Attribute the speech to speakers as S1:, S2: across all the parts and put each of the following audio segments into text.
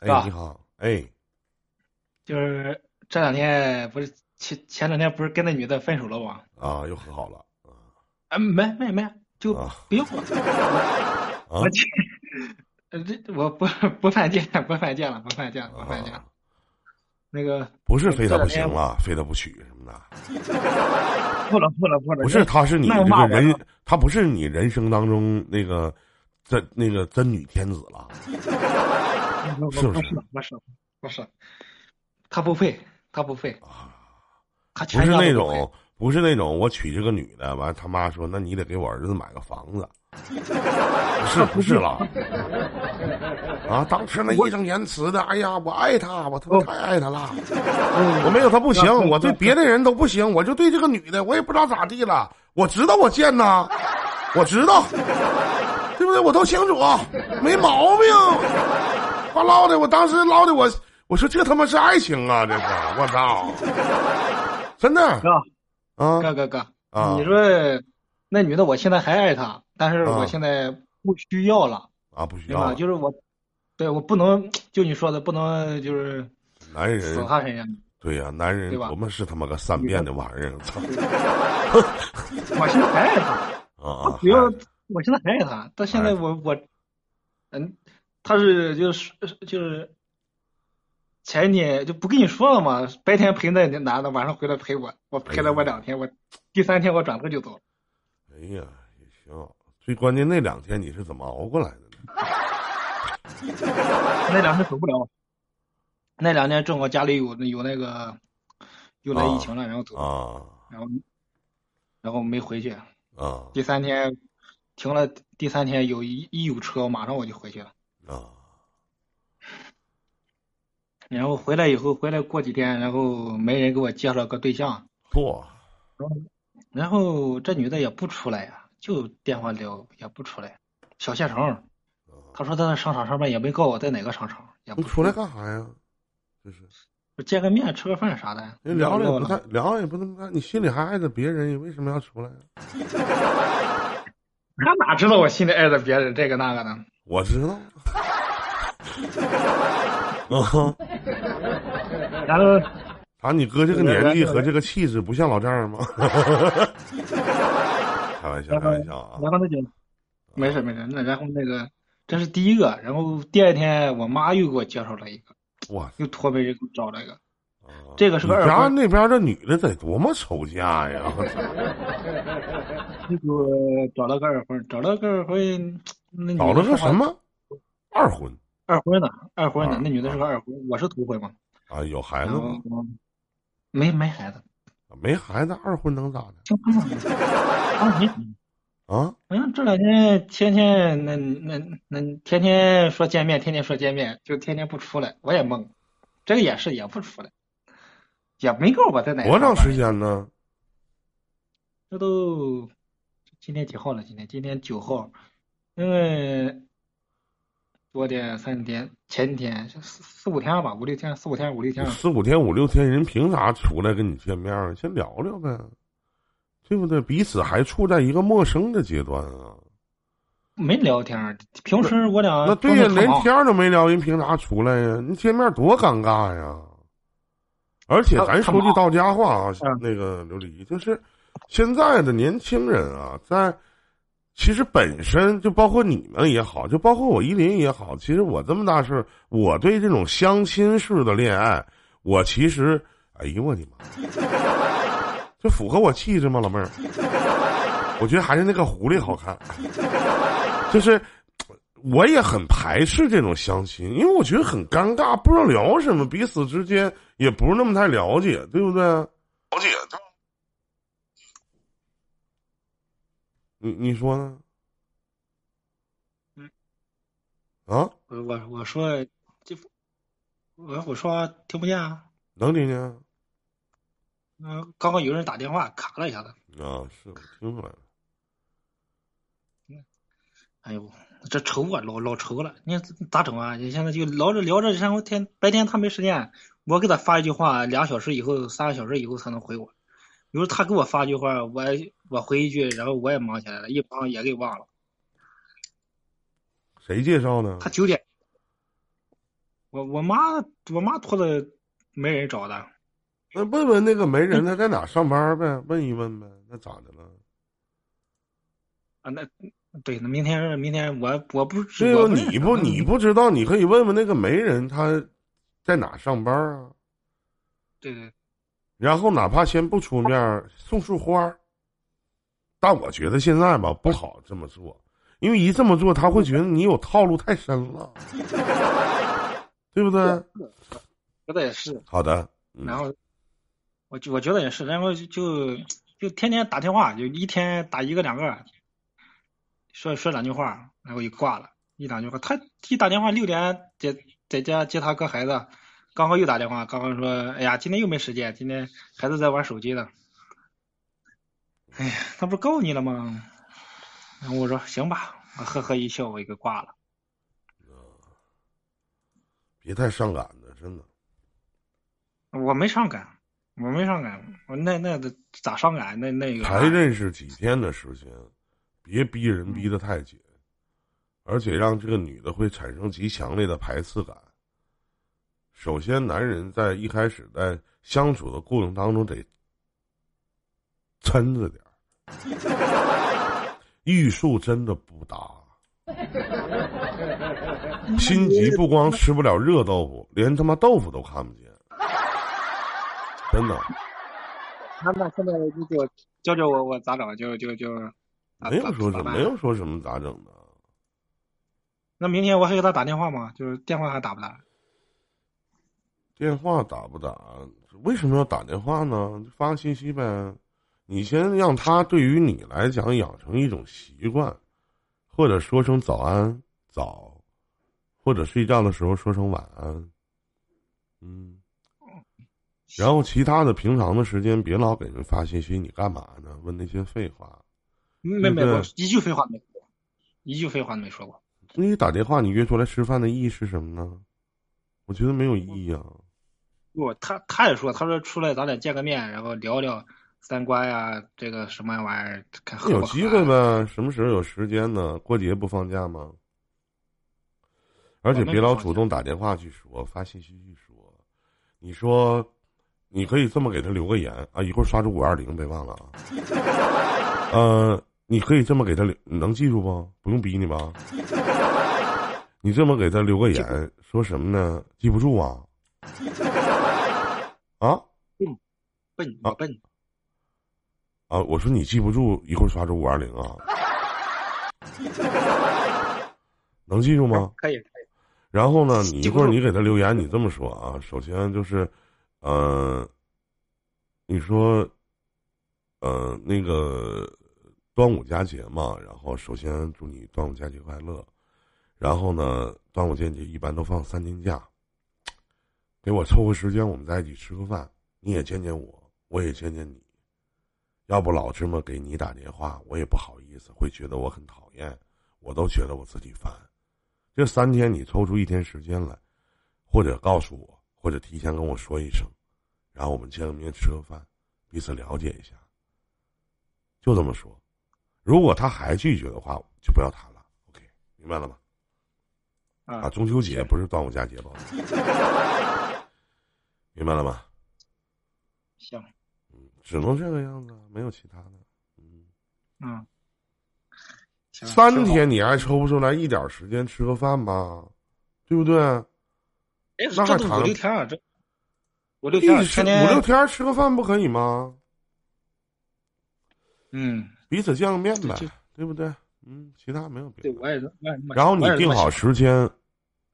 S1: 哎，
S2: 是吧
S1: 你好，哎，
S2: 就是这两天不是前前两天不是跟那女的分手了吗？
S1: 啊，又和好了
S2: 啊，没没没，就
S1: 啊
S2: 不用我，
S1: 啊
S2: 我这呃这我不不犯贱，不犯贱了，不犯贱了，不犯贱了
S1: 啊！，
S2: 那个
S1: 不是非他不
S2: 这
S1: 行
S2: 两天
S1: 了，非他不娶什么的，
S2: 不了不了不了，
S1: 不是，他是你
S2: 那
S1: 这
S2: 骂
S1: 个
S2: 我
S1: 人，他不是你人生当中那个真那个真女天子了，
S2: 不
S1: 是不是
S2: 不是不是不是，他不配，他不配，他
S1: 啊不
S2: 全
S1: 是
S2: 家都
S1: 那
S2: 哎不配
S1: 种，不是那种，我娶这个女的，完了他妈说，那你得给我儿子买个房 子，不是不是了，啊，当时那义正言辞的，哎呀，我爱她，我他妈
S2: 哦
S1: 太爱她了，
S2: 嗯
S1: 我没有她不行
S2: 那，那
S1: 我对别的人都不行，我就对这个女的，我也不知道咋地了，我知道我贱呐，我知道， 对不对？我都清楚，没毛病，我唠的，我当时唠的我，我说这他妈是爱情啊，这是，我操，真 的
S2: 哥
S1: 啊。
S2: 哥哥哥，
S1: 啊，
S2: 你说那女的，我现在还爱她，但是
S1: 啊
S2: 我现在不需要了，
S1: 啊，不需
S2: 对
S1: 要
S2: 吧？
S1: 了，
S2: 就是我，对我不能就你说的，不能就是
S1: 男人
S2: 损，害人家。
S1: 对呀、男人
S2: 对吧
S1: 多么是他妈个善变的玩意儿， 操
S2: 我现在还爱她，
S1: 啊啊！
S2: 不要
S1: 还，
S2: 我现在还爱她，但现在
S1: 哎
S2: 我我，嗯，她是就是就是前天就不跟你说了嘛，白天陪那男的，晚上回来陪我，我陪了我两天，我第三天我转头就走了。
S1: 哎呀，也行。最关键那两天你是怎么熬过来的呢？
S2: 那两天走不了，那两天正好家里有有那个又来疫情了，然后走，
S1: 啊
S2: 然后然后没回去。
S1: 啊
S2: 第三天停了，第三天有一一有车，马上我就回去了。
S1: 啊！
S2: 然后回来以后，回来过几天，然后没人给我介绍个对象，
S1: 嚯
S2: 然后这女的也不出来呀、就电话聊也不出来。小县城，她说她在商场上班，也没告我在哪个商场，也不
S1: 啊你出来干啥呀？就是
S2: 就见个面吃个饭啥的，
S1: 人聊了也不
S2: 聊了
S1: 太聊也不那么干，你心里还爱着别人，你为什么要出来啊？
S2: 他哪知道我心里爱着别人这个那个呢？
S1: 我知道。 啊，
S2: 然后
S1: 啊，你哥这个年纪和这个气质不像老丈人 吗？开玩笑，开玩笑啊！
S2: 然后那就没事没事，那然后那个这是第一个，然后第二天我妈又给我介绍了一个，
S1: 哇
S2: 又托媒人给我找了一个，
S1: 啊
S2: 嗯这个是个
S1: 你
S2: 二
S1: 家
S2: 婚，
S1: 那边这女的得多么愁嫁 呀！我操
S2: 又给我找了个二婚，找了个二婚，那女的
S1: 找了个
S2: 说话
S1: 什么二婚
S2: 二婚呢？二婚呢
S1: 啊？
S2: 那女的是个二婚，我是头婚嘛，
S1: 啊？有孩
S2: 然
S1: 子
S2: 后
S1: 吗？
S2: 没没孩子，
S1: 没孩子，二婚能咋的
S2: 挺好的。啊，你
S1: 啊？
S2: 嗯，这两天天天那那那天天说见面，天天说见面，就天天不出来，我也懵，这个也是也不出来，也没告诉我在哪
S1: 多长
S2: 上班，
S1: 时间呢？
S2: 这都今天几号了？今天今天九号，因为多点三天，前天就四四五天吧，五六天，四五天五六天
S1: 你
S2: 了，
S1: 四五天、五六天，人凭啥出来跟你见面啊？先聊聊呗，对不对？彼此还处在一个陌生的阶段啊。
S2: 没聊天儿，平时我俩
S1: 那对
S2: 都
S1: 呀，
S2: 是呃他
S1: 连
S2: 忙
S1: 天儿都没聊，人凭啥出来呀？你见面多尴尬呀！而且
S2: 他
S1: 咱说句到家话啊
S2: 嗯，
S1: 那个琉璃，就是现在的年轻人啊，在其实本身就包括你们也好，就包括我依林也好，其实我这么大事儿，我对这种相亲式的恋爱，我其实，哎呦我的妈，这符合我气质吗，老妹儿？我觉得还是那个狐狸好看，就是我也很排斥这种相亲，因为我觉得很尴尬，不知道聊什么，彼此之间也不是那么太了解，对不啊对？了解，你你说呢？
S2: 嗯
S1: 啊，
S2: 我我我说就我我说听不见啊。
S1: 能听见啊？
S2: 嗯，刚刚有人打电话卡了一下子。
S1: 啊是我听出来了。
S2: 哎呦，这愁啊，老老愁了。你看咋整啊？你现在就聊着聊着，然后天白天他没时间，我给他发一句话，俩小时以后、三个小时以后才能回我。有时候他给我发一句话，我我回一句，然后我也忙起来了，一忙也给忘了。
S1: 谁介绍呢
S2: 他？九点，我我妈我妈托的没人找的，啊
S1: 那问问那个媒人他在哪上班呗，问一问呗，那咋的了？
S2: 啊，那对，那明天明天我我不
S1: 对呀，
S2: 我不认识
S1: 你不
S2: 嗯
S1: 你不知道，你可以问问那个媒人他在哪上班啊。
S2: 对对
S1: 然后哪怕先不出面儿送束花儿，但我觉得现在吧不好这么做，因为一这么做他会觉得你有套路太深了，对不对？
S2: 觉得也是，
S1: 好的，嗯
S2: 然后我就我觉得也是，然后就就就天天打电话，就一天打一个两个，说说两句话，然后就挂了，一两句话，他一打电话六点在在家接他哥孩子，刚好又打电话，刚刚说哎呀今天又没时间，今天孩子在玩手机呢，哎呀，那不是告你了吗？然后我说行吧，我呵呵一笑，我就给挂了。
S1: 别太上赶着，真的。
S2: 我没上赶，我没上赶，我那那得咋上赶？那那个啥
S1: 才认识几天的时间，别逼人逼得太紧，而且让这个女的会产生极强烈的排斥感。首先，男人在一开始在相处的过程当中得抻着点儿欲速真的不达。 心急不光吃不了热豆腐，连他妈豆腐都看不见，真的。
S2: 那那现在你给我教教我，我咋整？就就就，啊
S1: 没有说
S2: 咋
S1: 什么，
S2: 咋办
S1: 没有说什么咋整的。
S2: 那明天我还给他打电话吗？就是电话还打不打？
S1: 电话打不打？为什么要打电话呢？就发个信息呗。你先让他对于你来讲养成一种习惯，或者说声早安早，或者睡觉的时候说声晚安。嗯，然后其他的平常的时间别老给人发信息，你干嘛呢？问那些废话。
S2: 没没，
S1: 对
S2: 我一句废话没说过，一句废话没说过。
S1: 那你打电话，你约出来吃饭的意义是什么呢？我觉得没有意义啊。
S2: 我他他也说，他说出来咱俩见个面，然后聊聊三观呀、这个什么玩意儿，看合
S1: 有
S2: 不合啊
S1: 机会。呗，什么时候有时间呢？过节不放假吗？而且别老主动打电话去说，发信息去说。你说，你可以这么给他留个言啊，一会儿刷出五二零，别忘了啊。呃，你可以这么给他留，你能记住不？不用逼你吧。你这么给他留个言，说什么呢？记不住啊？啊
S2: 笨，我笨，
S1: 啊！我说你记不住，一会儿刷出五二零啊。能记住吗？
S2: 可以可以。
S1: 然后呢，你一
S2: 记不
S1: 会儿
S2: 住
S1: 你给他留言，你这么说啊，首先就是，呃，你说，呃，那个端午佳节嘛，然后首先祝你端午佳节快乐，然后呢，端午佳节一般都放三天假，给我凑合时间，我们在一起吃个饭，你也见见我，我也见见你，要不老这么给你打电话，我也不好意思，会觉得我很讨厌，我都觉得我自己烦。这三天你抽出一天时间来，或者告诉我，或者提前跟我说一声，然后我们见个面吃个饭，彼此了解一下。就这么说，如果他还拒绝的话，就不要谈了。OK，明白了吗？啊，
S2: 啊，
S1: 中秋节不是端午佳节吧？ 明白了吗？
S2: 行，
S1: 嗯，只能这个样子啊，没有其他的。嗯，
S2: 嗯，行
S1: 三
S2: 挺好
S1: 天你还抽不出来一点时间吃个饭吧？对不对？
S2: 哎，
S1: 那还
S2: 这都
S1: 谈
S2: 五六天啊，这五六
S1: 一
S2: 天啊，
S1: 起吃
S2: 天
S1: 五
S2: 天
S1: 六天吃个饭不可以吗？
S2: 嗯，
S1: 彼此见个面呗
S2: 就，
S1: 对不对？嗯，其他没有别
S2: 对，
S1: 的。
S2: 我也是我也这么
S1: 然后你
S2: 我也是这
S1: 定
S2: 么
S1: 好
S2: 想
S1: 时间，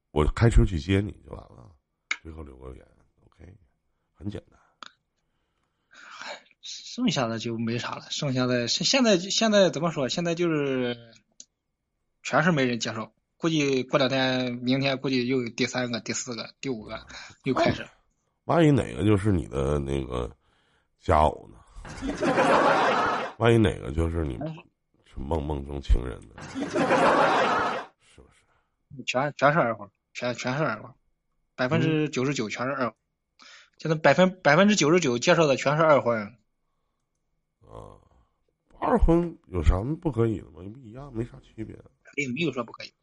S1: 我开车去接你就完了。最后留个言，OK，很简单。
S2: 剩下的就没啥了，剩下的现现在现在怎么说？现在就是全是没人接受，估计过两天、明天估计又有第三个、第四个、第五个又开始。
S1: 万一哪个就是你的那个佳偶呢？ 万一哪个就是你
S2: 哎
S1: 是梦梦中情人呢？ 是不是？
S2: 全全是二婚，全全是二婚，百分之九十九全是二婚。现在百分百分之九十九介绍的全是二婚，
S1: 啊，二婚有啥不可以的
S2: 哎
S1: 吗？不一样，没啥区别，
S2: 也没有说不可以，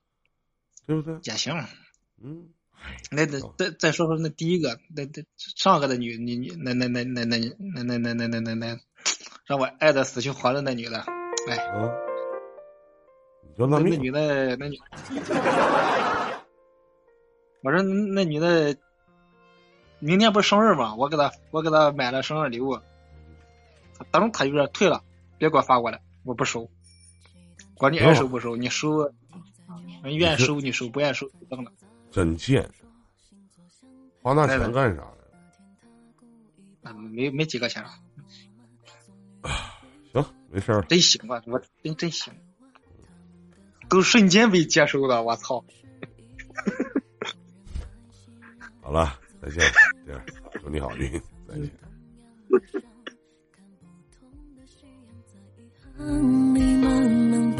S1: 对不对？
S2: 也行。
S1: 嗯，
S2: 那得再再说说那第一个，那那上个那女女女，那那那那那那那那那那那那，让我爱的死去活来那女的，哎，
S1: 啊，你就那
S2: 那那
S1: 命
S2: 女的那女，我说那女的，明天不是生日吗？我给她我给她买了生日礼物，当时她就说退了，别给我发过来，我不收，管你爱收不收，你收，人愿意收你收，不愿意收就扔了。
S1: 真贱，花那
S2: 来
S1: 钱
S2: 吧
S1: 干啥呀？
S2: 啊，没没几个钱了，
S1: 行，没事儿了，
S2: 真行啊，我真真行，都瞬间被接收的，我操！
S1: 好了，再见，这样，祝你好运，再见。
S3: 嗯